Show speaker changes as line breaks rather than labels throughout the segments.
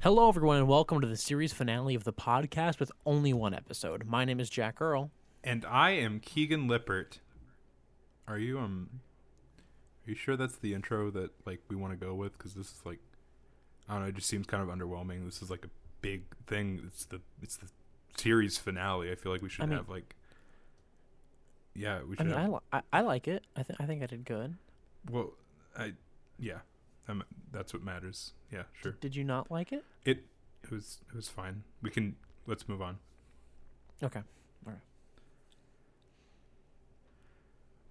Hello, everyone, and welcome to the series finale of the podcast with only one episode. My name is Jack Earl.
And I am Keegan Lippert. Are you um? Are you sure that's the intro that like we want to go with? Because this is like, I don't know. It just seems kind of underwhelming. This is like a big thing. It's the it's the series finale. I feel like we should
mean-
have like. Yeah, we
I
should.
mean, I,
have,
li- I, I like it. I, th- I think I did good.
well, I yeah, I'm, that's what matters. Yeah, sure.
Did you not like it?
It it was it was fine. We can let's move on.
Okay.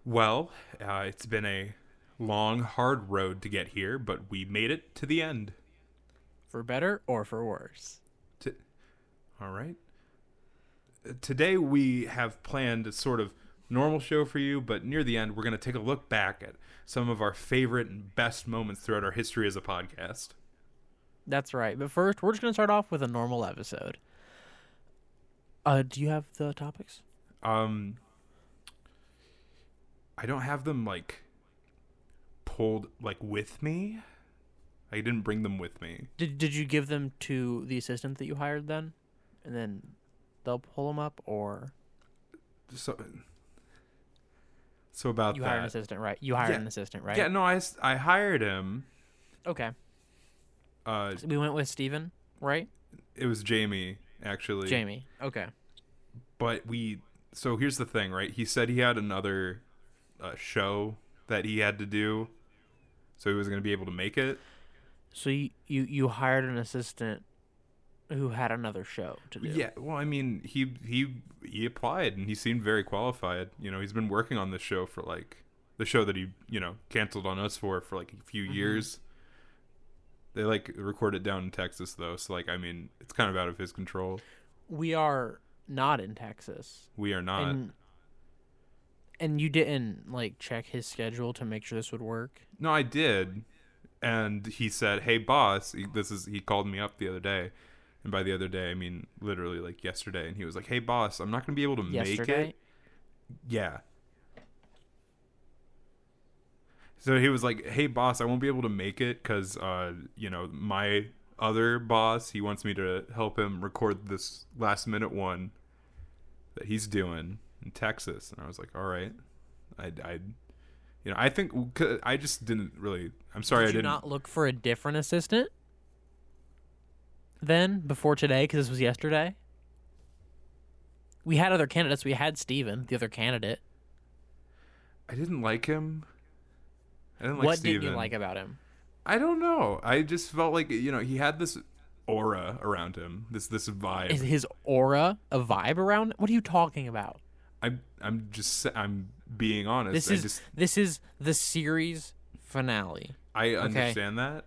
Well, uh, it's been a long, hard road to get here, but we made it to the end.
For better or for worse?
T- All right. Uh, Today we have planned a sort of normal show for you, but near the end we're going to take a look back at some of our favorite and best moments throughout our history as a podcast.
That's right. But first, we're just going to start off with a normal episode. Uh, do you have the topics?
Um I don't have them like pulled like with me. I didn't bring them with me.
Did Did you give them to the assistant that you hired then, and then they'll pull them up, or
So So about
you
that.
hired an assistant, right? You hired
Uh, Yeah.
an assistant, right?
Yeah, no, I s- I hired him.
Okay.
Uh
So we went with Steven, right?
it was Jamie actually.
Jamie. Okay.
but we so here's the thing right he said he had another uh, show that he had to do so he wasn't going to be able to make it
So you, you you hired an assistant who had another show to do.
well i mean he he he applied and he seemed very qualified you know he's been working on this show for like the show that he you know canceled on us for for like a few
Mm-hmm.
years they like record it down in texas though so like i mean it's kind of out of his control
We are not in Texas.
we are not
and and you didn't like check his schedule to make sure this would work.
No, I did. And he said, "Hey, boss." He, this is he called me up the other day, and by the other day, I mean literally like yesterday. And he was like, "Hey, boss, I'm not gonna be able to make
Yesterday.
it." Yeah. So he was like, "Hey, boss, I won't be able to make it because, uh, you know, my other boss he wants me to help him record this last minute one that he's doing in Texas." And I was like, "All right, I, I, you know, I think 'cause I just didn't really. I'm
Did
sorry, I
you
didn't.
not look for a different assistant? Then before today, because this was yesterday. We had other candidates. We had Steven, the other candidate.
I didn't like him. I didn't like
what
Steven.
didn't you like about him?
I don't know. I just felt like you know he had this aura around him. This this vibe.
Is his aura a vibe around? What are you talking about?
I'm I'm just sa- I'm being honest.
This
I
is
just
this is the series finale.
I understand that,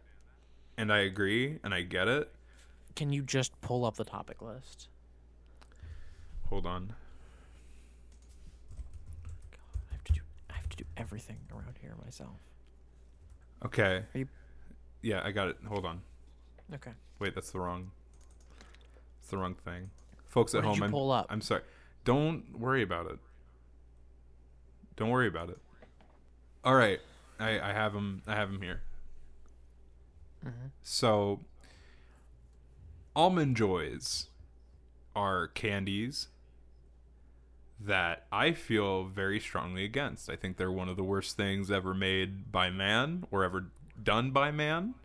and I agree, and I get it.
Can you just pull up the topic list?
Hold on.
I have to do I have to do everything around here myself.
Okay.
Are you-
Yeah, I got it. Hold on.
Okay.
Wait, that's the wrong. It's the wrong thing. Folks at
What did
home,
you
I'm
pull up?
I'm sorry. Don't worry about it. Don't worry about it. All right, I I have him. I have him here.
Mm-hmm.
So, almond joys are candies that I feel very strongly against. I think they're one of the worst things ever made by man or ever done by man.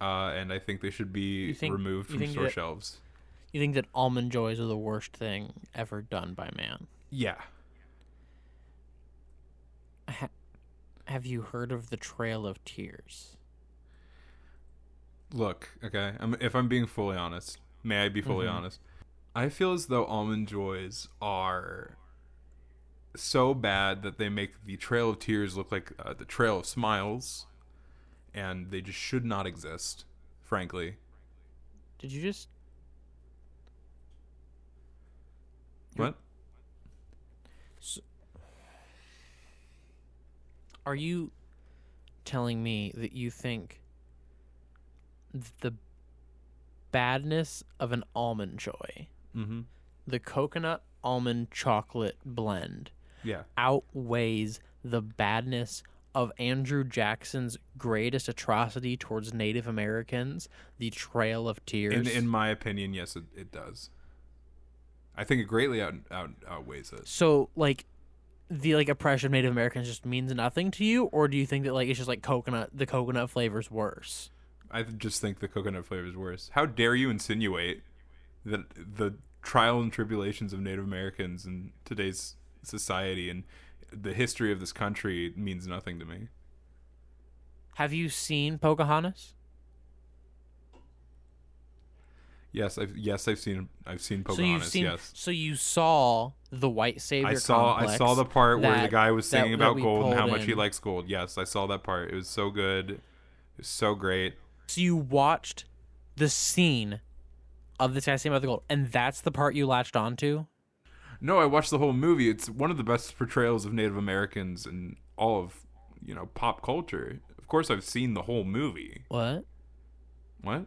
Uh, and I think they should be
You think-
removed
you
from
think
store
that-
shelves.
You think that almond joys are the worst thing ever done by man?
Yeah.
Ha- have you heard of the Trail of Tears?
Look, okay. I'm, if I'm being fully honest, may I be fully honest? I feel as though almond joys are so bad that they make the Trail of Tears look like uh, the Trail of Smiles, and they just should not exist. Frankly,
Did you just
what?
are you telling me that you think th- the badness of an almond joy,
Mm-hmm.
the coconut almond chocolate blend
Yeah.
outweighs the badness of Andrew Jackson's greatest atrocity towards Native Americans, the Trail of Tears.
In, in my opinion, yes, it, it does. I think it greatly out, out outweighs it.
so like the like oppression of Native Americans just means nothing to you, or do you think that like it's just like coconut the coconut flavor's worse?
I th- just think the coconut flavor is worse. How dare you insinuate that the trial and tribulations of Native Americans in today's society and the history of this country means nothing to me.
Have you seen Pocahontas?
Yes, I've yes I've seen I've seen
so
Pocahontas.
you've seen
yes,
so you saw the white savior
I saw I
complex
saw the part where the
that-
guy was
that-
singing
that
about
we
gold and how
pulled
much he
in.
likes gold. Yes, I saw that part. It was so good. It was so great.
So you watched the scene of this guy singing about the gold, and that's the part you latched onto.
No, I watched the whole movie. It's one of the best portrayals of Native Americans in all of you know pop culture. Of course, I've seen the whole movie.
What
What?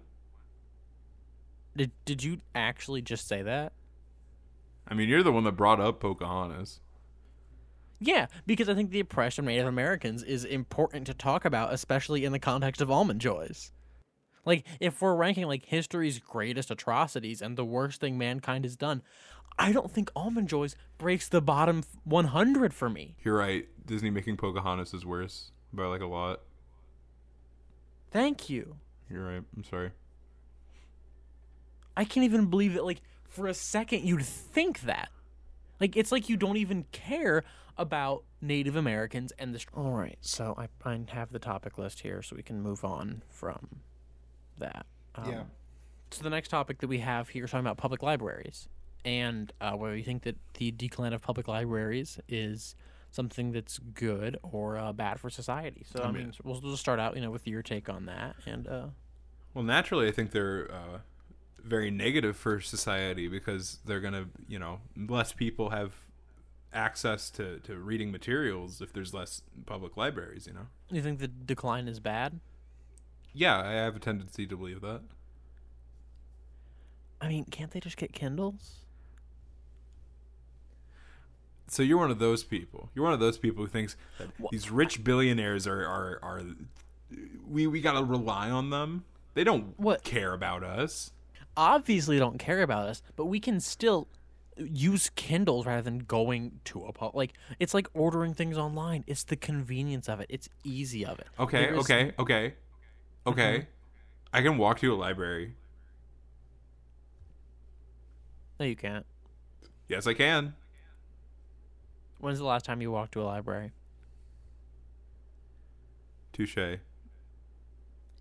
did did you actually just say that?
I mean, you're the one that brought up Pocahontas.
Yeah, because I think the oppression of Native Americans is important to talk about, especially in the context of almond joys. Like, if we're ranking like history's greatest atrocities and the worst thing mankind has done, I don't think almond joys breaks the bottom 100 for me.
You're right. Disney making Pocahontas is worse by like a lot.
Thank you.
You're right. I'm sorry.
I can't even believe that, like, for a second you'd think that. Like, it's like you don't even care about Native Americans and the. All right, so I, I have the topic list here so we can move on from that. Um, So the next topic that we have here is talking about public libraries and uh, whether you think that the decline of public libraries is something that's good or uh, bad for society. So I, mean, we'll, we'll just start out, you know, with your take on that and. Uh,
Well, naturally, I think they're uh, very negative for society because they're gonna, you know, less people have access to to reading materials if there's less public libraries. You know.
you think the decline is bad?
Yeah, I have a tendency to believe that.
I mean, can't they just get Kindles?
So you're one of those people. You're one of those people who thinks that
Wha-
these rich billionaires are are, are we we gotta rely on them. They don't
What-
care about us.
Obviously, don't care about us, but we can still use Kindles rather than going to a pub. Like it's like ordering things online. It's the convenience of it. It's easy of it.
Okay,
There is- Mm-hmm.
okay, okay, okay. I can walk to a library.
No, you can't.
Yes, I can.
When's the last time you walked to a library?
Touche.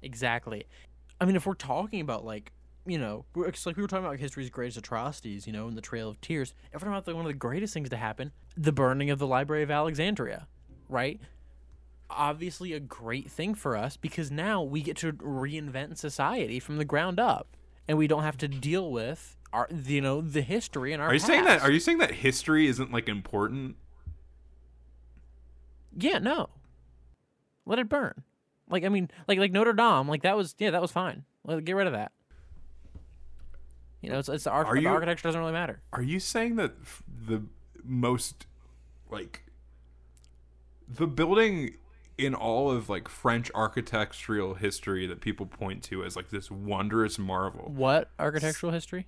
Exactly. I mean, if we're talking about like you know, we're, it's like we were talking about history's greatest atrocities, you know, in the Trail of Tears. If we're talking about the, one of the greatest things to happen, the burning of the Library of Alexandria, right? Obviously, a great thing for us because now we get to reinvent society from the ground up, and we don't have to deal with our, you know, the history and our.
Are you saying that?
past.
Are you saying that history isn't like important?
Yeah, no. Let it burn. Like I mean, like like Notre Dame, like that was yeah, that was fine. Let get rid of that. You know, it's, it's the, arch-
Are
the
you-
architecture doesn't really matter.
Are you saying that f- the most like the building in all of like French architectural history that people point to as like this wondrous marvel?
What architectural history?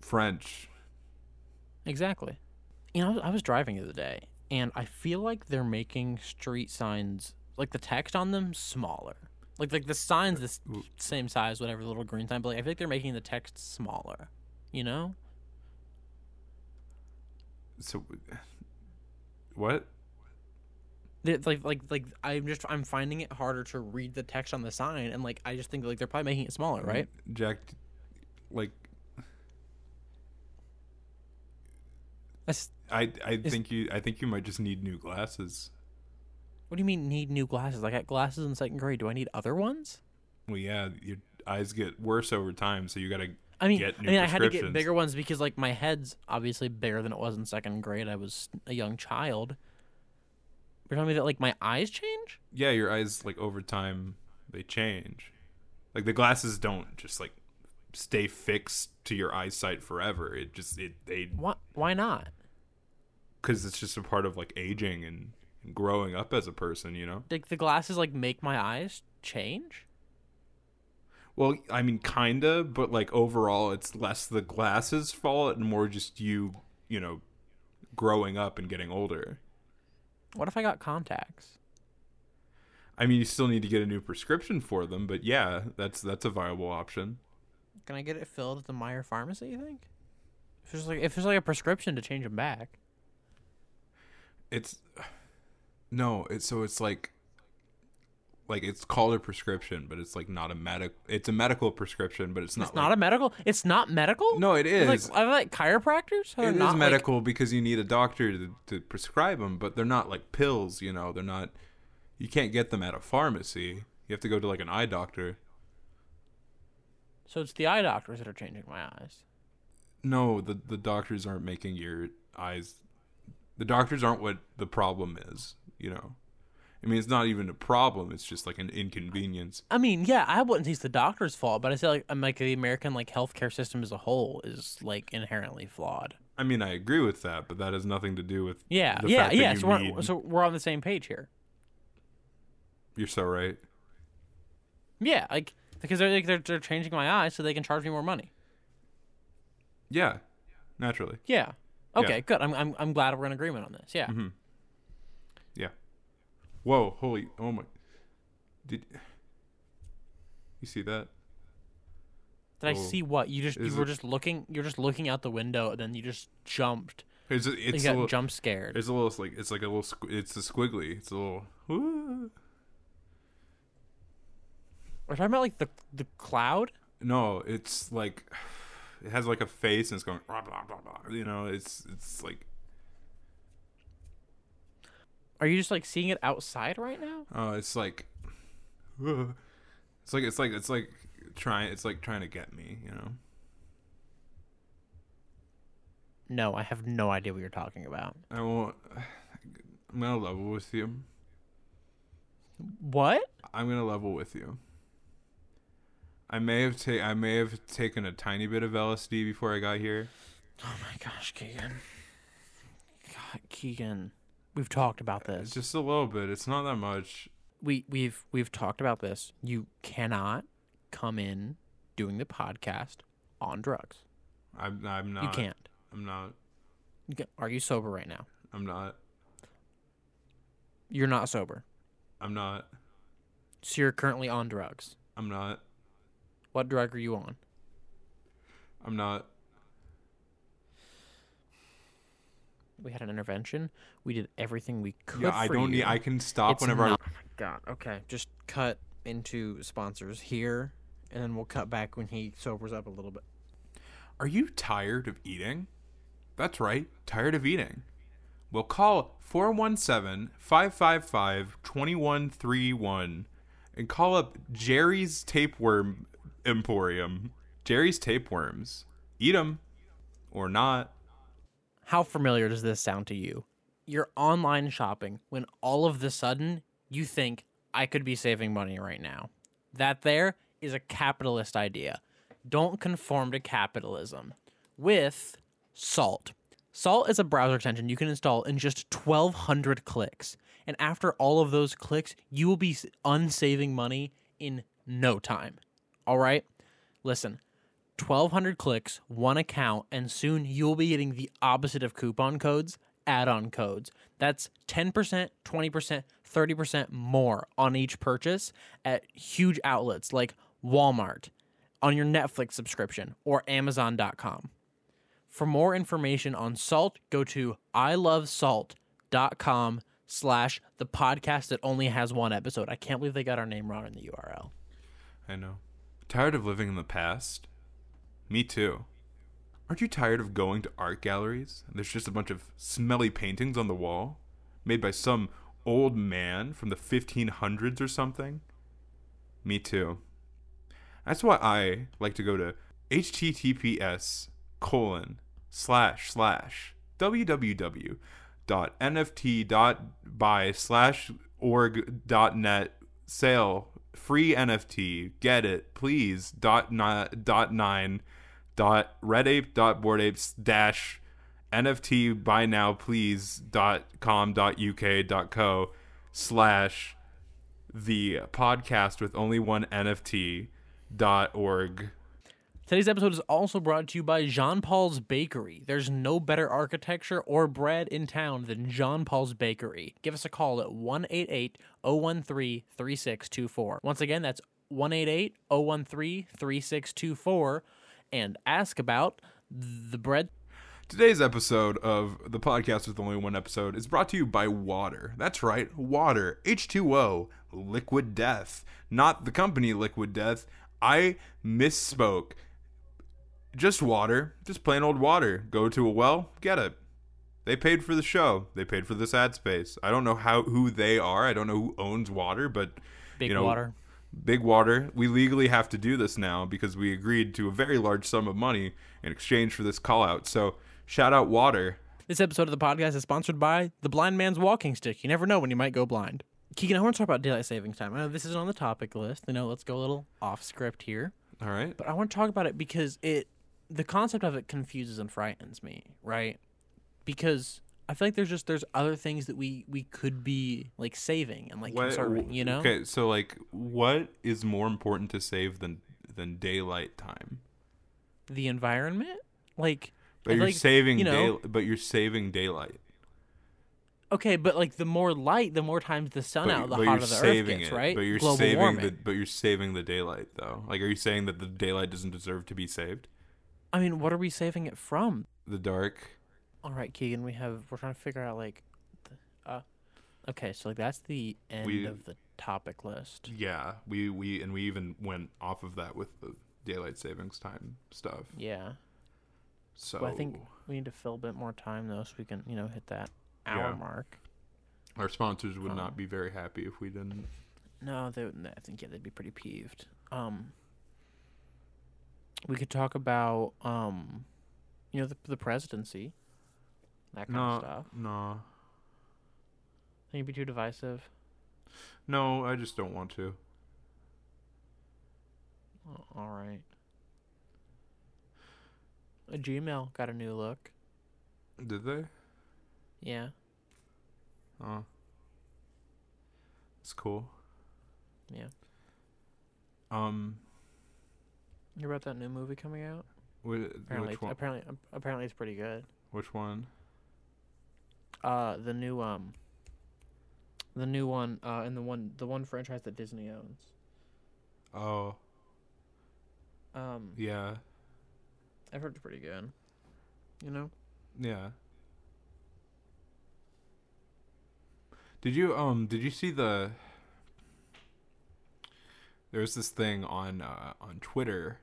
French.
Exactly. You know, I was- I was driving the other day, and I feel like they're making street signs, like the text on them, smaller. Like like the signs the s- same size, whatever the little green sign, but like I feel like they're making the text smaller. You know?
So what?
They- like like like I'm just I'm finding it harder to read the text on the sign, and like I just think like they're probably making it smaller, right?
Jack like Mm-hmm.
That's,
I I think you I think you might just need new glasses.
what do you mean need new glasses? I got glasses in second grade. Do I need other ones?
Well, yeah, your eyes get worse over time, so you got to
I mean,
get
I
new
mean, I had to get
prescriptions.
bigger ones because like my head's obviously bigger than it was in second grade. I was a young child. You're telling me that like my eyes change?
yeah, your eyes like over time they change. Like the glasses don't just like stay fixed to your eyesight forever. It just it they
Why? Why not?
because it's just a part of like aging and and growing up as a person, you know?
Like the glasses like make my eyes change?
Well, I mean, kinda, but like overall, it's less the glasses' fault and more just you, you know, growing up and getting older.
What if I got contacts?
I mean, you still need to get a new prescription for them, but yeah, that's that's a viable option.
Can I get it filled at the Meyer pharmacy, you think? If there's like if there's like a prescription to change them back.
It's no, it's so it's like like it's called a prescription, but it's like not a medic. It's a medical prescription, but it's not.
It's not a medical. It's not medical?
no, it
It's
is.
Like, are they, like chiropractors? Are they
It is
not, like-
medical because you need a doctor to, to prescribe them, but they're not like pills. You know, they're not. You can't get them at a pharmacy. You have to go to like an eye doctor.
so it's the eye doctors that are changing my eyes.
No, the the doctors aren't making your eyes. The doctors aren't what the problem is. You know, I mean, it's not even a problem. It's just like an inconvenience.
I mean, yeah, I wouldn't say it's the doctor's fault, but I say like I'm like the American like healthcare system as a whole is like inherently flawed.
I mean, I agree with that, but that has nothing to do with
Yeah,
The
yeah,
fact that
yeah.
you
So we're,
need-
so we're on the same page here.
You're so right.
Yeah, like because they're like they're, they're changing my eyes so they can charge me more money.
Yeah, naturally.
Yeah. Okay,
Yeah. Mm-hmm.
good. I'm, I'm I'm glad we're in agreement on this. Yeah.
Yeah. Whoa! Holy! Oh my! Did you see that?
Did I
Oh.
see what you just
Is
you were
it-
just looking you're just looking out the window and then you just jumped.
It's a-
You
it's a
got
little,
jump scared.
it's a little it's like it's like a little squ- it's a squiggly. It's a little. "Ooh."
We're talking about like the the cloud.
No, it's like it has like a face and it's going blah blah blah blah. You know, it's it's like
Are you just like seeing it outside right now?
oh, it's like "Ugh." it's like it's like it's like trying it's like trying to get me. You know.
No, I have no idea what you're talking about.
I won't. I'm gonna level with you.
What?
I'm gonna level with you. I may have ta- I may have taken a tiny bit of LSD before I got here.
Oh my gosh, Keegan. God, Keegan. We've talked about this.
It's just a little bit. It's not that much.
We we've we've talked about this. You cannot come in doing the podcast on drugs.
I'm I'm not.
You can't.
I'm not.
You ca- Are you sober right now?
I'm not.
You're not sober.
I'm not.
So you're currently on drugs.
I'm not.
What drug are you on?
I'm not.
We had an intervention. We did everything we could.
yeah, I
for
don't
you.
need. I can stop
It's
whenever.
not- oh my god. Okay, just cut into sponsors here, and then we'll cut back when he sobers up a little bit.
I... Are you tired of eating? That's right. Tired of eating. Well, call 417-555-2131 and call up Jerry's Tapeworm Emporium. Jerry's Tapeworms. Eat them or not.
How familiar does this sound to you? You're online shopping when all of the sudden you think, I could be saving money right now. That there is a capitalist idea. Don't conform to capitalism with Salt. Salt is a browser extension you can install in just 1,200 clicks. And after all of those clicks, you will be s- unsaving money in no time. All right? Listen. 1200 clicks, one account, and soon you'll be getting the opposite of coupon codes, add on codes. That's 10%, 20%, 30% more on each purchase at huge outlets like Walmart, on your Netflix subscription, or Amazon.com. For more information on Salt, go to ilovesalt.com slash the podcast that only has one episode. I can't believe they got our name wrong in the URL.
I know. Tired of living in the past? Me too. Aren't you tired of going to art galleries? and There's just a bunch of smelly paintings on the wall, made by some old man from the 1500s or something? Me too. That's why I like to go to https colon slash slash www dot nft dot buy slash org dot net sale free nft get it please dot nine dot nine dot red ape dot board apes dash NFT buy now please dot com dot uk dot co slash the podcast with only one NFT dot org.
Today's episode is also brought to you by Jean Paul's Bakery. There's no better architecture or bread in town than Jean Paul's Bakery. Give us a call at 188 013 3624. Once again, that's 188 013 3624. And ask about the bread.
Today's episode of the podcast with only one episode is brought to you by water. That's right, water. H2O, liquid death. Not the company Liquid Death. I misspoke. Just water, just plain old water. Go to a well, get it. They paid for the show. They paid for this ad space. I don't know how who they are. I don't know who owns water, but
Big
you know,
water.
Big Water, we legally have to do this now because we agreed to a very large sum of money in exchange for this call out. So shout out Water.
This episode of the podcast is sponsored by The Blind Man's Walking Stick. You never know when you might go blind. Keegan, I want to talk about daylight savings time. I know this isn't on the topic list. I know let's go a little off script here.
All right.
but I want to talk about it because it the concept of it confuses and frightens me, right? Because I feel like there's just there's other things that we we could be like saving and like
What-
conserving, you know?
Okay, so like what is more important to save than than daylight time?
The environment, like I
But
feel
you're
like,
saving
you know,
day, but you're saving daylight.
Okay, but like the more light, the more times the sun
But,
out,
you-
the
but
hotter
you're
the earth
saving
gets,
it.
right?
But you're
Global
saving
warming.
the but you're saving the daylight though. Like are you saying that the daylight doesn't deserve to be saved?
I mean, what are we saving it from?
The dark.
All right, Keegan, we have we're trying to figure out like the, uh Okay, so like that's the end
We-
of the topic list.
Yeah, we we and we even went off of that with the daylight savings time stuff.
Yeah.
So
Well, I think we need to fill a bit more time though, so we can you know hit that hour
Yeah.
mark.
our sponsors would not be very happy if we didn't.
No, they, would- I think yeah, they'd be pretty peeved. Um, we could talk about um, you know, the the presidency, that kind of stuff.
no,
Think you'd be too divisive.
no. I just don't want to.
Oh, all right. A Gmail got a new look.
Did they?
Yeah,
Oh, it's cool.
yeah.
Um,
You hear about that new movie coming out?
whi-
Apparently,
which one?
apparently, apparently, it's pretty good.
Which one?
Uh, the new um. The new one, uh, and the one the one franchise that Disney owns.
Oh,
Um,
yeah,
I've heard it's pretty good. You know,
yeah. Did you um? Did you see the? There was this thing on uh, on Twitter,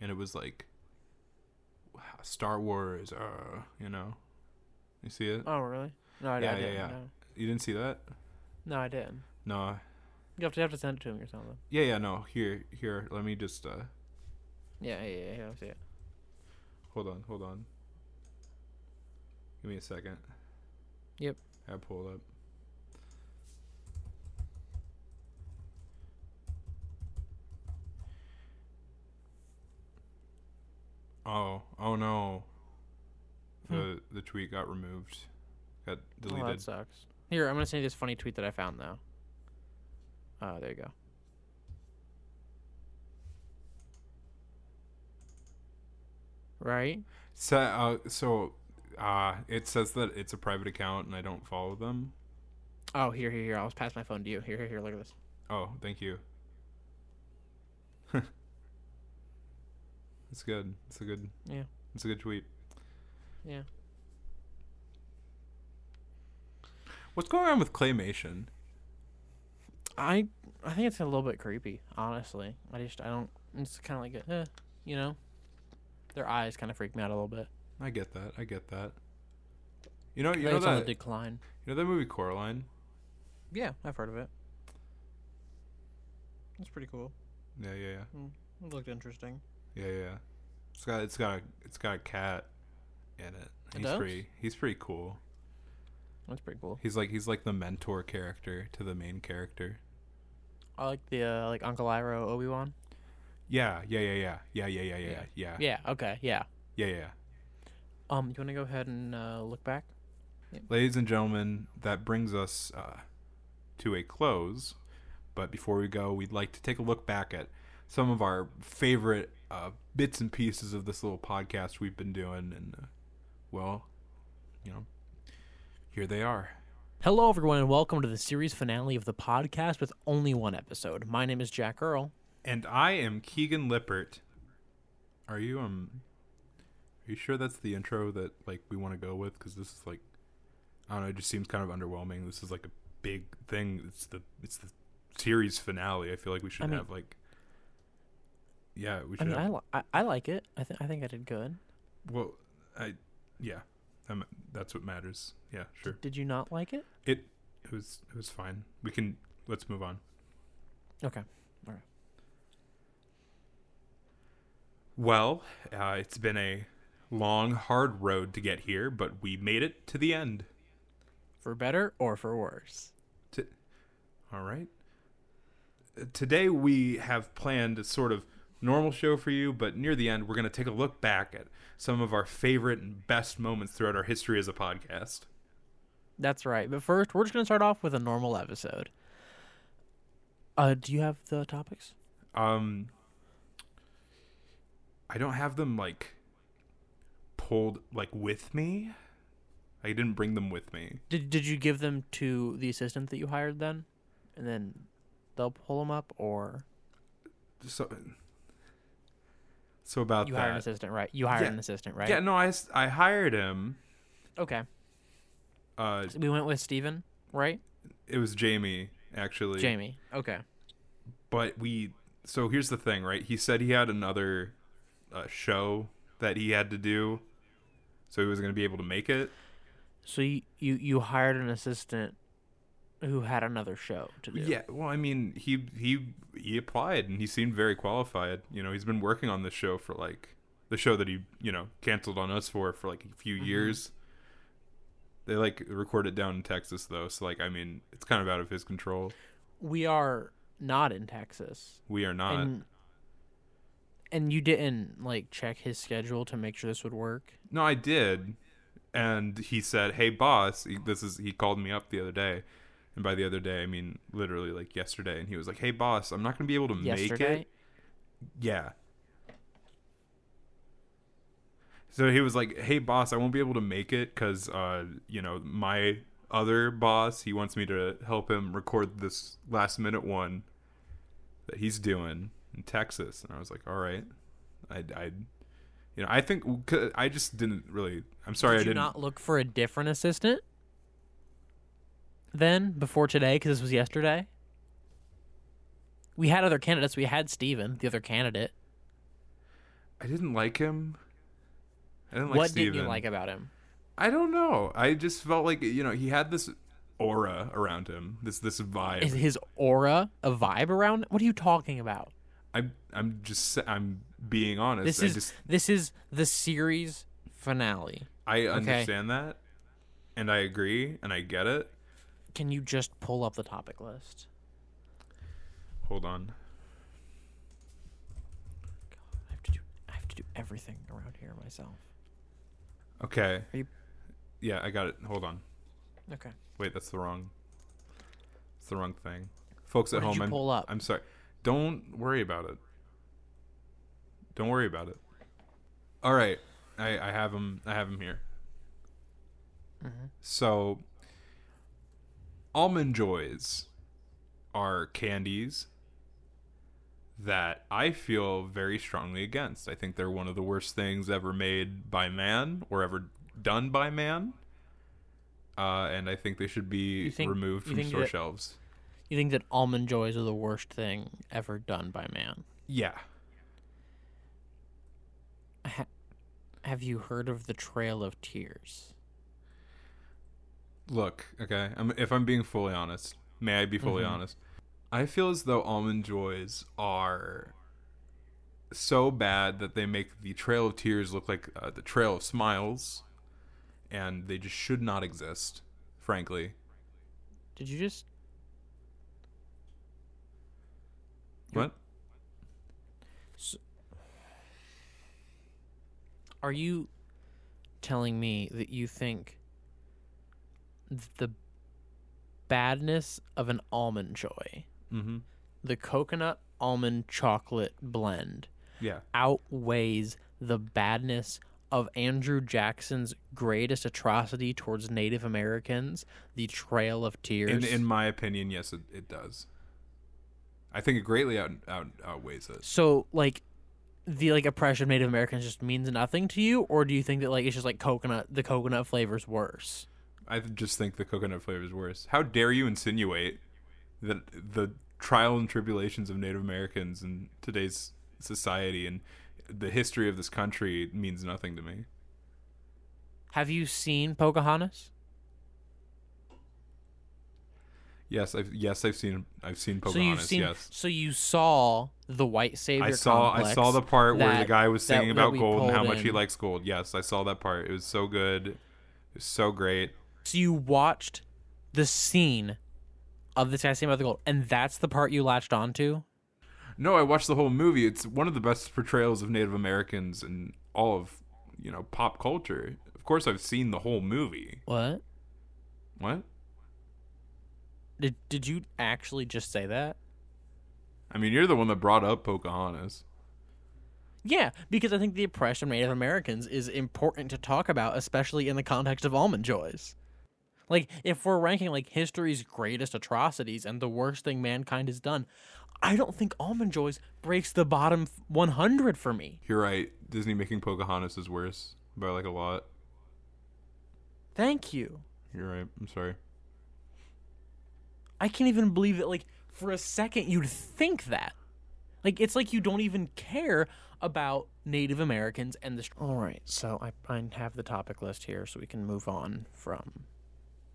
and it was like, Star Wars. Uh, you know, you see it?
Oh, really? No, I,
Yeah,
I
yeah,
didn't.
yeah.
No.
You didn't see that?
no, I didn't.
No,
You have to you have to send it to me or something.
Yeah, yeah, no. Here, here. Let me just uh
Yeah, yeah, yeah. yeah I see it.
hold on, hold on. Give me a second.
Yep.
I pull it up. Oh, oh no.
Hmm.
The the tweet got removed. Got
Oh, that
deleted.
sucks. Here, I'm gonna send you this funny tweet that I found though. Oh, there you go. Right?
so uh, so uh it says that it's a private account and I don't follow them.
Oh, here, here, here. I'll pass my phone to you. Here, here, here. Look at this.
Oh, thank you. It's good. It's a good.
Yeah.
It's a good tweet.
Yeah.
What's going on with claymation?
I I think it's a little bit creepy, honestly. I just I don't. It's kind of like a, eh, you know, their eyes kind of freak me out a little bit.
I get that. I get that. You know.
I
You
think
know
it's on the
that.
decline.
you know that movie Coraline.
Yeah, I've heard of it. It's pretty cool.
Yeah, yeah, yeah,
It looked interesting.
yeah, yeah. yeah. It's got. It's got. A, it's got a cat in it. He's
does?
pretty. He's pretty cool.
That's pretty cool.
He's like. He's like the mentor character to the main character.
I like the uh, like Uncle Iroh Obi Wan. Ah.
Yeah. Yeah. Yeah. Yeah. Yeah. Yeah. Yeah. Yeah. Yeah.
Yeah. Okay. Yeah.
Yeah. Yeah.
Um, you want to go ahead and uh, look back?
Ladies and gentlemen, that brings us uh, to a close. But before we go, we'd like to take a look back at some of our favorite uh, bits and pieces of this little podcast we've been doing. And, uh, well, you know, here they are.
Hello, everyone, and welcome to the series finale of the podcast with only one episode. My name is Jack Earl.
And I am Keegan Lippert. Are you um? Are you sure that's the intro that like we want to go with? Because this is like, I don't know. It just seems kind of underwhelming. This is like a big thing. It's the it's the series finale. I feel like we should
I mean-
have like. Yeah, we
I
should.
mean,
have,
I, li- I I like it. I think I think I did good.
well, I yeah, I'm, that's what matters. Yeah, sure.
Did you not like it?
It it was it was fine. We can let's move on.
Okay.
Well, uh, it's been a long, hard road to get here, but we made it to the end.
For better or for worse.
T- All right. Uh, Today we have planned a sort of normal show for you, but near the end we're going to take a look back at some of our favorite and best moments throughout our history as a podcast.
That's right. But first, we're just gonna start off with a normal episode. Uh, do you have the topics?
Um I don't have them like pulled like with me. I didn't bring them with me.
Did Did you give them to the assistant that you hired then, and then they'll pull them up, or
So So about
you
that.
hire an assistant, right? You hire
Yeah.
an assistant, right?
Yeah, no, I s- I hired him.
Okay.
Uh
So we went with Steven, right?
it was Jamie actually.
Jamie. Okay.
but we so here's the thing right he said he had another uh, show that he had to do so he was going to be able to make it
So you, you you hired an assistant who had another show to do.
well i mean he he he applied and he seemed very qualified you know he's been working on this show for like the show that he you know canceled on us for for like a few years they like record it down in texas though so like i mean it's kind of out of his control
We are not in Texas.
we are not
and and you didn't like check his schedule to make sure this would work.
No, I did. And he said, "Hey, boss, he- this is." He called me up the other day, and by the other day, I mean literally like yesterday. And he was like, "Hey, boss, I'm not gonna be able to
Yesterday.
make it." Yeah. So he was like, "Hey, boss, I won't be able to make it because, uh, you know, my other boss, he wants me to help him record this last minute one that he's doing in Texas." And I was like, "All right, I, I, you know, I think 'cause I just didn't really. I'm
Did
sorry, I
you
didn't.
not look for a different assistant? Then before today, because this was yesterday. We had other candidates. We had Steven, the other candidate.
I didn't like him. I didn't like
what
Steven.
didn't you like about him?
I don't know. I just felt like you know he had this aura around him, this this vibe.
Is his aura a vibe around? What are you talking about?
I'm I'm just sa- I'm being honest.
This
I
is
just
this is the series finale.
I understand that, and I agree, and I get it.
Can you just pull up the topic list?
Hold on.
I have to do I have to do everything around here myself.
Okay.
Are you-
Yeah, I got it. Hold on.
Okay.
Wait, that's the wrong. It's the wrong thing. Folks at
What did
home,
you
I'm
pull up?
I'm sorry. Don't worry about it. Don't worry about it. All right, I I have him. I have him here.
Mm-hmm.
So, almond joys are candies that I feel very strongly against. I think they're one of the worst things ever made by man or ever done by man. Uh, and I think they should be
You think-
removed
you
from
think
store
that-
shelves.
You think that almond joys are the worst thing ever done by man?
Yeah.
Ha- have you heard of the Trail of Tears?
Look, okay. I'm, if I'm being fully honest, may I be fully honest? I feel as though almond joys are so bad that they make the Trail of Tears look like uh, the Trail of Smiles, and they just should not exist. Frankly,
Did you just
what?
are you telling me that you think th- the badness of an almond joy,
Mm-hmm.
the coconut almond chocolate blend,
Yeah.
outweighs the badness of Andrew Jackson's greatest atrocity towards Native Americans, the Trail of Tears.
In in my opinion, yes, it, it does. I think it greatly out, out outweighs it.
so, like, the like oppression of Native Americans just means nothing to you, or do you think that like it's just like coconut, the coconut flavor's worse?
I th- just think the coconut flavor is worse. How dare you insinuate that the trial and tribulations of Native Americans in today's society and the history of this country means nothing to me.
Have you seen Pocahontas?
Yes, I've yes I've seen I've seen
so you've
Pocahontas.
seen,
yes,
so you saw the white savior.
I saw I saw the part where the
that-
guy was
that-
singing
that
about
we
gold and how
pulled
much he
in.
likes gold. Yes, I saw that part. It was so good, it was so great.
So you watched the scene of this guy singing about the gold, and that's the part you latched onto.
No, I watched the whole movie. It's one of the best portrayals of Native Americans in all of you know pop culture. Of course, I've seen the whole movie.
What?
What?
Did did you actually just say that?
I mean, you're the one that brought up Pocahontas.
Yeah, because I think the oppression of Native Americans is important to talk about, especially in the context of almond joys. Like, if we're ranking like history's greatest atrocities and the worst thing mankind has done, I don't think almond joys breaks the bottom 100 for me.
You're right. Disney making Pocahontas is worse by like a lot.
Thank you.
You're right. I'm sorry.
I can't even believe that, like, for a second you'd think that. Like, it's like you don't even care about Native Americans and the. All right, so I, I have the topic list here so we can move on from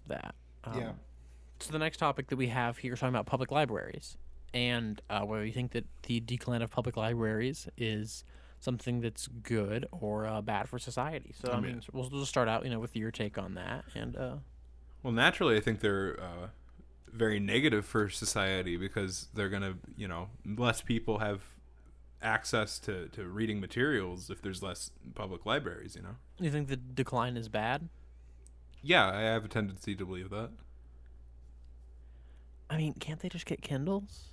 that. Um, So, the next topic that we have here is talking about public libraries and uh, whether you think that the decline of public libraries is something that's good or uh, bad for society. So, I, mean,
mean-
we'll, we'll just start out, you know, with your take on that. And, uh,
Well, naturally, I think they're uh, very negative for society because they're gonna, you know, less people have access to to reading materials if there's less public libraries. You know.
you think the decline is bad?
Yeah, I have a tendency to believe that.
I mean, can't they just get Kindles?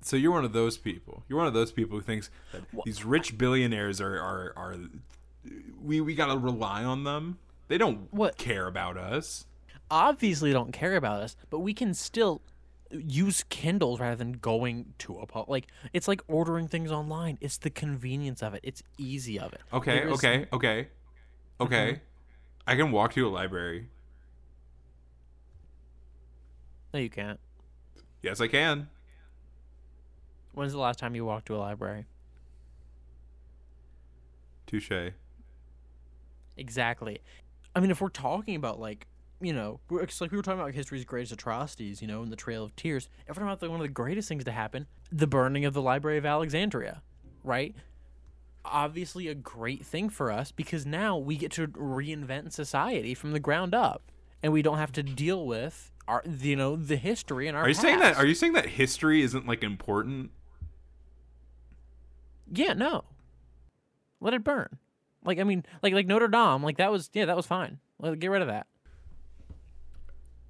So you're one of those people. You're one of those people who thinks that
Wha-
these rich billionaires are are, are we we gotta rely on them. They don't
What?
care about us.
obviously don't care about us, but we can still use Kindles rather than going to a pub. Like it's like ordering things online. It's the convenience of it. It's easy of it.
Okay,
There is-
okay, okay, okay. I can walk to a library.
No, you can't.
Yes, I can.
When's the last time you walked to a library?
Touche.
Exactly. I mean, if we're talking about like you know, we're, it's like we were talking about history's greatest atrocities, you know, in the Trail of Tears. If we're talking about like, one of the greatest things to happen, the burning of the Library of Alexandria, right? Obviously, a great thing for us because now we get to reinvent society from the ground up, and we don't have to deal with our, you know, the history and our.
Are you saying that?
past.
Are you saying that history isn't like important?
Yeah, no. Let it burn. Like I mean, like like Notre Dame, like that was yeah, that was fine. Like, get rid of that.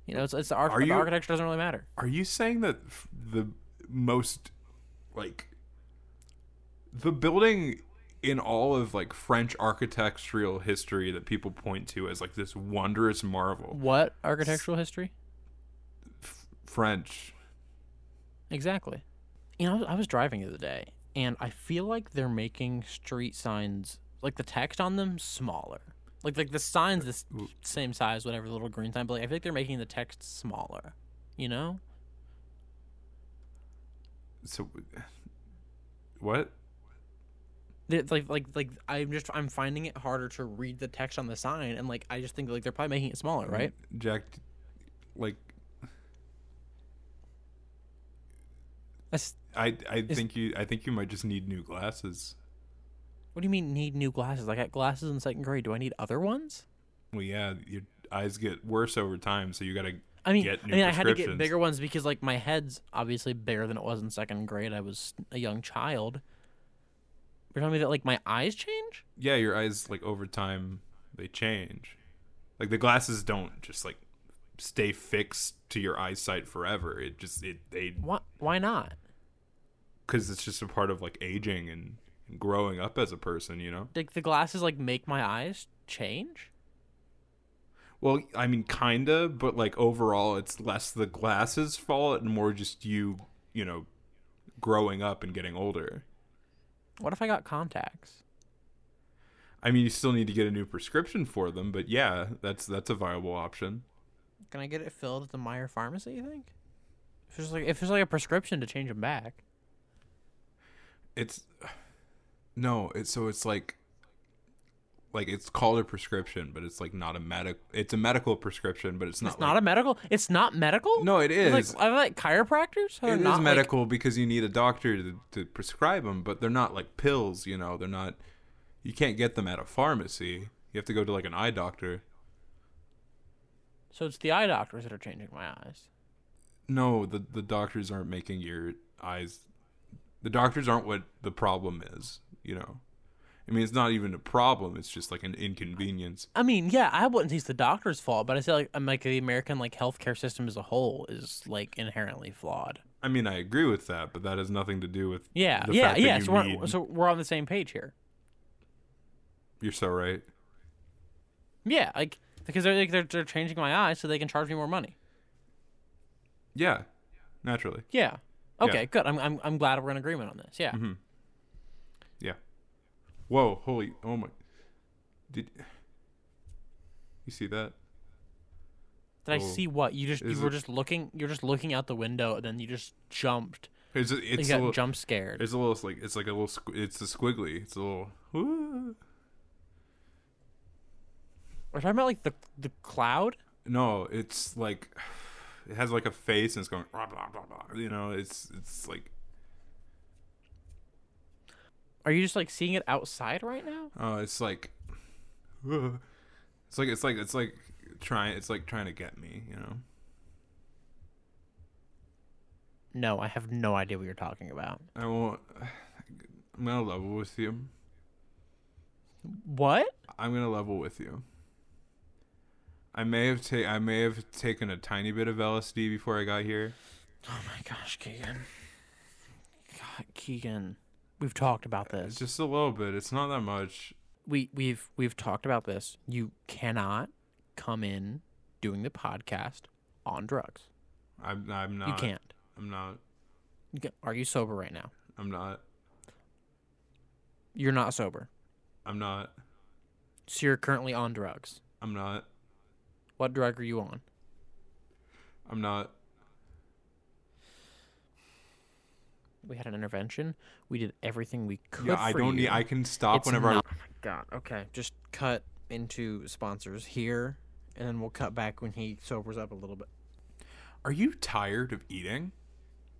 You know, it's it's the, arch-
Are
the
you-
architecture doesn't really matter.
Are you saying that f- the most like the building in all of like French architectural history that people point to as like this wondrous marvel?
What architectural history?
French.
Exactly. You know, I was, I was driving the other day, and I feel like they're making street signs, like the text on them, smaller. Like like the signs the s- same size, whatever the little green sign, but like I feel like they're making the text smaller. You know?
So what?
They- it's like like like I'm just I'm finding it harder to read the text on the sign, and like I just think like they're probably making it smaller, right?
Jack like
That's,
I I think you I think you might just need new glasses.
what do you mean need new glasses? I got glasses in second grade. Do I need other ones?
Well, yeah, your eyes get worse over time, so you got to
I mean,
get
I
new
mean, I had to get
prescriptions.
bigger ones because like my head's obviously bigger than it was in second grade. I was a young child. You're telling me that like my eyes change?
Yeah, your eyes like over time they change. Like the glasses don't just like stay fixed to your eyesight forever. It just it they
Why? Why not?
because it's just a part of like aging and, and growing up as a person. You know.
Like the glasses like make my eyes change?
Well, I mean, kinda, but like overall, it's less the glasses' fault and more just you, you know, growing up and getting older.
What if I got contacts?
I mean, you still need to get a new prescription for them, but yeah, that's that's a viable option.
Can I get it filled at the Meyer Pharmacy? You think? If there's like if there's like a prescription to change them back,
It's no, it's so it's like like it's called a prescription, but it's like not a medic. It's a medical prescription, but it's not.
it's not a medical. It's not medical.
no, it
It's
is.
Like, I like chiropractors. How
It
they're
is
not, like-
medical because you need a doctor to, to prescribe them, but they're not like pills. You know, they're not. You can't get them at a pharmacy. You have to go to like an eye doctor.
so it's the eye doctors that are changing my eyes.
No, the the doctors aren't making your eyes. The doctors aren't what the problem is. You know, I mean, it's not even a problem. It's just like an inconvenience.
I mean, yeah, I wouldn't say it's the doctor's fault, but I say like I'm like the American like healthcare system as a whole is like inherently flawed.
I mean, I agree with that, but that has nothing to do with
Yeah,
The
yeah,
fact that
yeah.
you
So we're,
need-
so we're on the same page here.
you're so right.
Yeah, like because they're like they're, they're changing my eyes so they can charge me more money.
Yeah, naturally.
Yeah. Okay,
Yeah. Mm-hmm.
good. I'm, I'm I'm glad we're in agreement on this. Yeah.
Yeah. Whoa! Holy! Oh my! Did you see that?
Did I
Oh.
see what you just
Is
you were
it-
just looking you're just looking out the window and then you just jumped.
It's a- it's
you got
a little,
jump scared.
it's a little it's like it's like a little squ- it's a squiggly. It's a little. "Ooh."
We're talking about like the the cloud.
No, it's like it has like a face and it's going blah blah blah blah. You know, it's it's like
Are you just like seeing it outside right now?
uh, it's like "Ugh." it's like it's like it's like trying it's like trying to get me. You know.
No, I have no idea what you're talking about.
I won't. I'm gonna level with you.
What?
I'm gonna level with you. I may have ta- I may have taken a tiny bit of LSD before I got here.
Oh my gosh, Keegan. God, Keegan. We've talked about
It's
this.
just a little bit. It's not that much.
We we've we've talked about this. You cannot come in doing the podcast on drugs.
I'm I'm not.
You can't.
I'm not.
You ca- Are you sober right now?
I'm not.
You're not sober.
I'm not.
So you're currently on drugs.
I'm not.
What drug are you on?
I'm not.
We had an intervention. We did everything we could.
yeah, I
for
don't
you.
need. I can stop
It's
whenever.
not- oh my god. Okay, just cut into sponsors here, and then we'll cut back when he sobers up a little bit.
I... Are you tired of eating?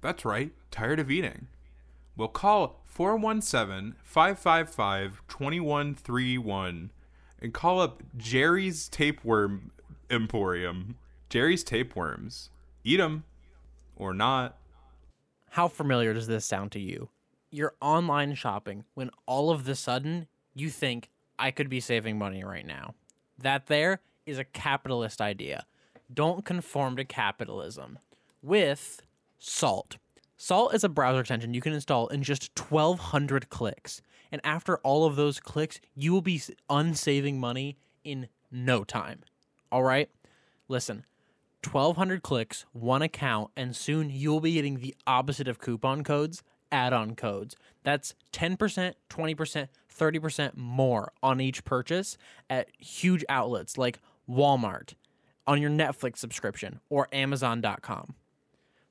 That's right. Tired of eating. Well, call 417-555-2131 and call up Jerry's Tapeworm Emporium. Jerry's Tapeworms. Eat 'em or not.
How familiar does this sound to you? You're online shopping when all of the sudden you think I could be saving money right now. That there is a capitalist idea. Don't conform to capitalism with Salt. Salt is a browser extension you can install in just 1200 clicks. And after all of those clicks, you will be s- unsaving money in no time. All right? Listen, 1200 clicks, one account, and soon you'll be getting the opposite of coupon codes, add on codes. That's 10%, 20%, 30% more on each purchase at huge outlets like Walmart, on your Netflix subscription, or Amazon.com.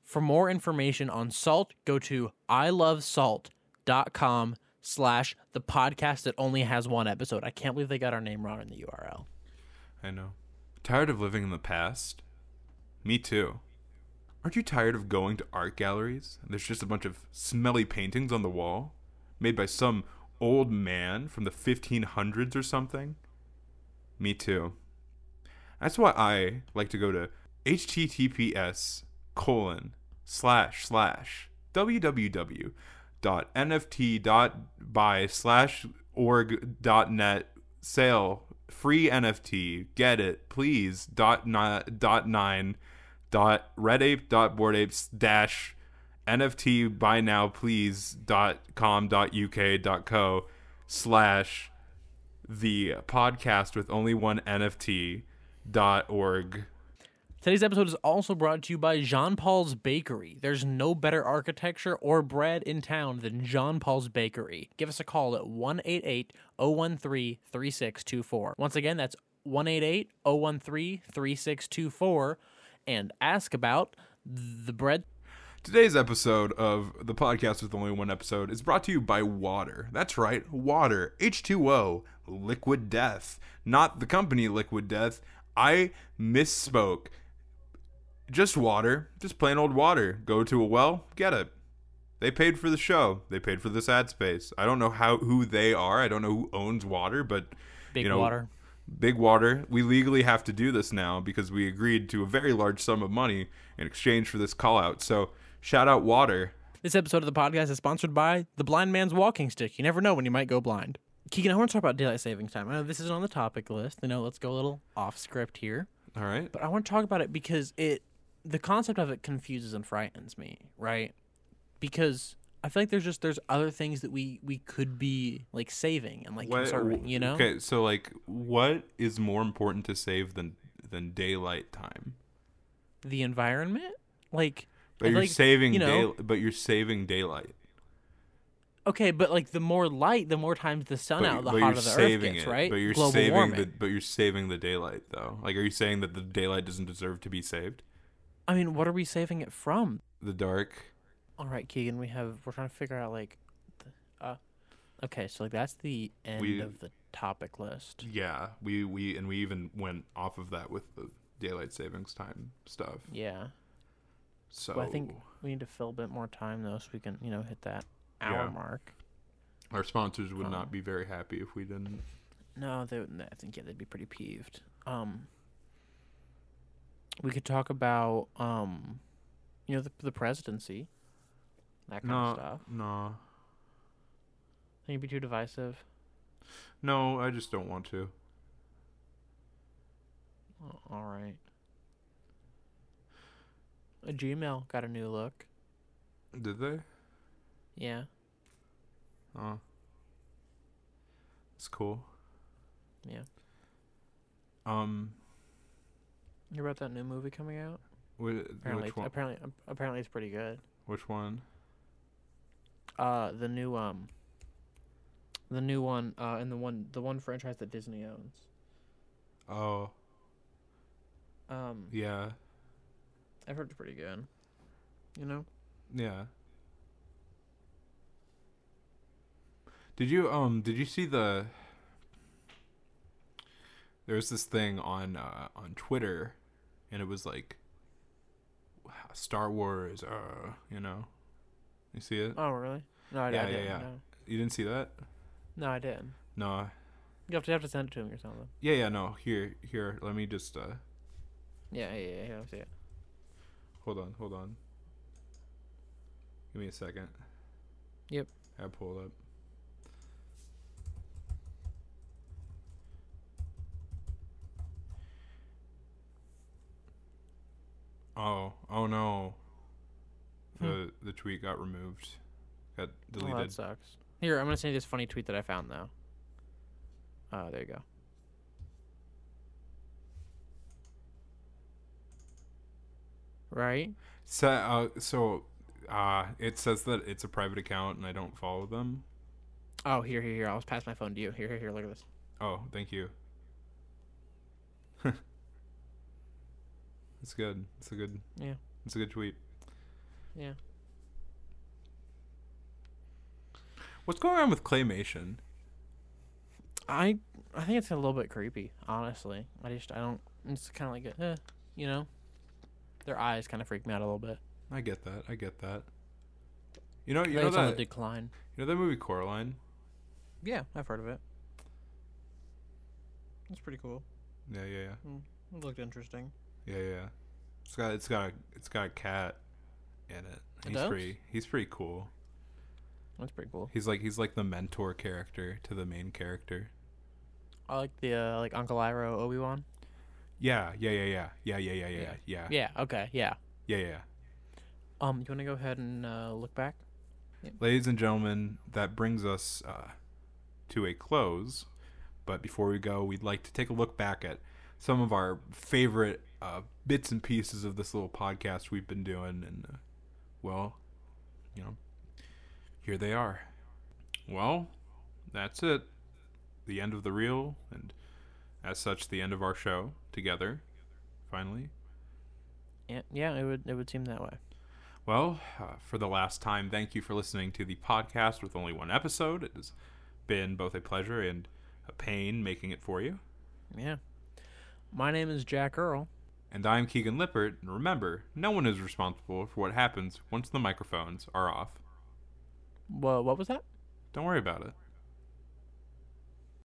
For more information on Salt, go to ilovesalt.com slash the podcast that only has one episode. I can't believe they got our name wrong in the URL.
I know. Tired of living in the past? Me too. Aren't you tired of going to art galleries? and There's just a bunch of smelly paintings on the wall, made by some old man from the 1500s or something? Me too. That's why I like to go to https colon slash slash www dot nft dot by slash org dot net sale free NFT. Get it, please. Dot nine dot nine dot red ape dot board apes dash NFT buy now please dot com dot uk dot co slash the podcast with only one NFT dot org.
Today's episode is also brought to you by Jean Paul's Bakery. There's no better architecture or bread in town than Jean Paul's Bakery. Give us a call at 188 013 3624. Once again, that's 188 013 3624 and ask about the bread.
Today's episode of the podcast with only one episode is brought to you by water. That's right, water. H2O, liquid death. Not the company Liquid Death. I misspoke. Just water, just plain old water. Go to a well, get it. They paid for the show. They paid for this ad space. I don't know how who they are. I don't know who owns water, but
Big
you know,
Water.
Big Water, we legally have to do this now because we agreed to a very large sum of money in exchange for this call out. So, shout out Water.
This episode of the podcast is sponsored by The Blind Man's Walking Stick. You never know when you might go blind. Keegan, I want to talk about daylight savings time. I know this isn't on the topic list. You know, let's go a little off script here.
All right.
but I want to talk about it because it the concept of it confuses and frightens me, right? Because I feel like there's just there's other things that we we could be like saving and like
What-
conserving, you know?
Okay, so like what is more important to save than than daylight time?
The environment, like I
But
feel
you're
like,
saving
you know,
day, but you're saving daylight.
Okay, but like the more light, the more times the sun
But,
out, the
but
hotter
you're
the earth
saving
gets,
it.
right?
But you're
Global
saving
warming.
the but you're saving the daylight though. Like are you saying that the daylight doesn't deserve to be saved?
I mean, what are we saving it from?
The dark.
All right, Keegan, we have we're trying to figure out like the, uh okay, so like that's the end
We-
of the topic list.
Yeah, we we and we even went off of that with the daylight savings time stuff.
Yeah.
So
Well, I think we need to fill a bit more time though, so we can you know hit that hour
Yeah.
mark.
our sponsors would
Um,
not be very happy if we didn't.
No, they, would- I think yeah, they'd be pretty peeved. Um, we could talk about um, you know, the the presidency, that kind of stuff.
no,
Think it'd be too divisive.
no. I just don't want to.
Oh, all right. A Gmail got a new look.
Did they?
Yeah,
Oh, it's cool.
yeah.
Um,
You heard about that new movie coming out?
whi-
Apparently,
which one?
apparently, apparently, it's pretty good.
Which one?
Uh, the new um. The new one, uh, and the one the one franchise that Disney owns.
Oh,
Um,
yeah,
I've heard it's pretty good. You know,
yeah. Did you um? Did you see the? There was this thing on uh, on Twitter, and it was like, "Wow, Star Wars, uh, you know, you see it?
Oh, really? No, I, I
Yeah, yeah,
didn't.
yeah.
No.
You didn't see that?
no, I didn't.
No,
You have to have to send it to me or something.
Yeah, yeah, no. Here, here. Let me just uh
Yeah, yeah, yeah. yeah I see it.
hold on, hold on. Give me a second.
Yep.
I pulled up. Oh, oh no.
Hmm.
The the tweet got removed. Got
Oh, that
deleted.
sucks. Here, I'm gonna send you this funny tweet that I found though. Oh, there you go. Right?
so uh, so uh it says that it's a private account and I don't follow them.
Oh, here, here, here. I'll pass my phone to you. Here, here, here. Look at this.
Oh, thank you. it's good. It's a good.
Yeah.
It's a good tweet.
Yeah.
What's going on with claymation?
I I think it's a little bit creepy, honestly. I just I don't. It's kind of like a, eh, you know, their eyes kind of freak me out a little bit.
I get that. I get that. You know.
I
You
think
know
it's on
that.
the decline.
you know that movie Coraline.
Yeah, I've heard of it. It's pretty cool.
Yeah, yeah, yeah,
It looked interesting.
yeah, yeah. yeah. It's got. It's got. A, it's got a cat in it.
It
He's
does?
pretty. He's pretty cool.
That's pretty cool.
He's like he's like the mentor character to the main character.
I like the uh, like Uncle Iroh Obi Wan.
Yeah, yeah, yeah, yeah, yeah, yeah, yeah, yeah, yeah, yeah,
Yeah. Okay. Yeah.
yeah, yeah.
Um, you want to go ahead and uh, look back?
Ladies and gentlemen, that brings us uh, to a close. But before we go, we'd like to take a look back at some of our favorite uh, bits and pieces of this little podcast we've been doing, and uh, well, you know, here they are. Well, that's it. The end of the reel, and as such, the end of our show together. Finally.
Yeah. Yeah. It would. It would seem that way.
Well, uh, for the last time, thank you for listening to the podcast with only one episode. It has been both a pleasure and a pain making it for you.
Yeah. My name is Jack Earl.
And I'm Keegan Lippert, and remember, no one is responsible for what happens once the microphones are off.
Wha what was that?
Don't worry about it.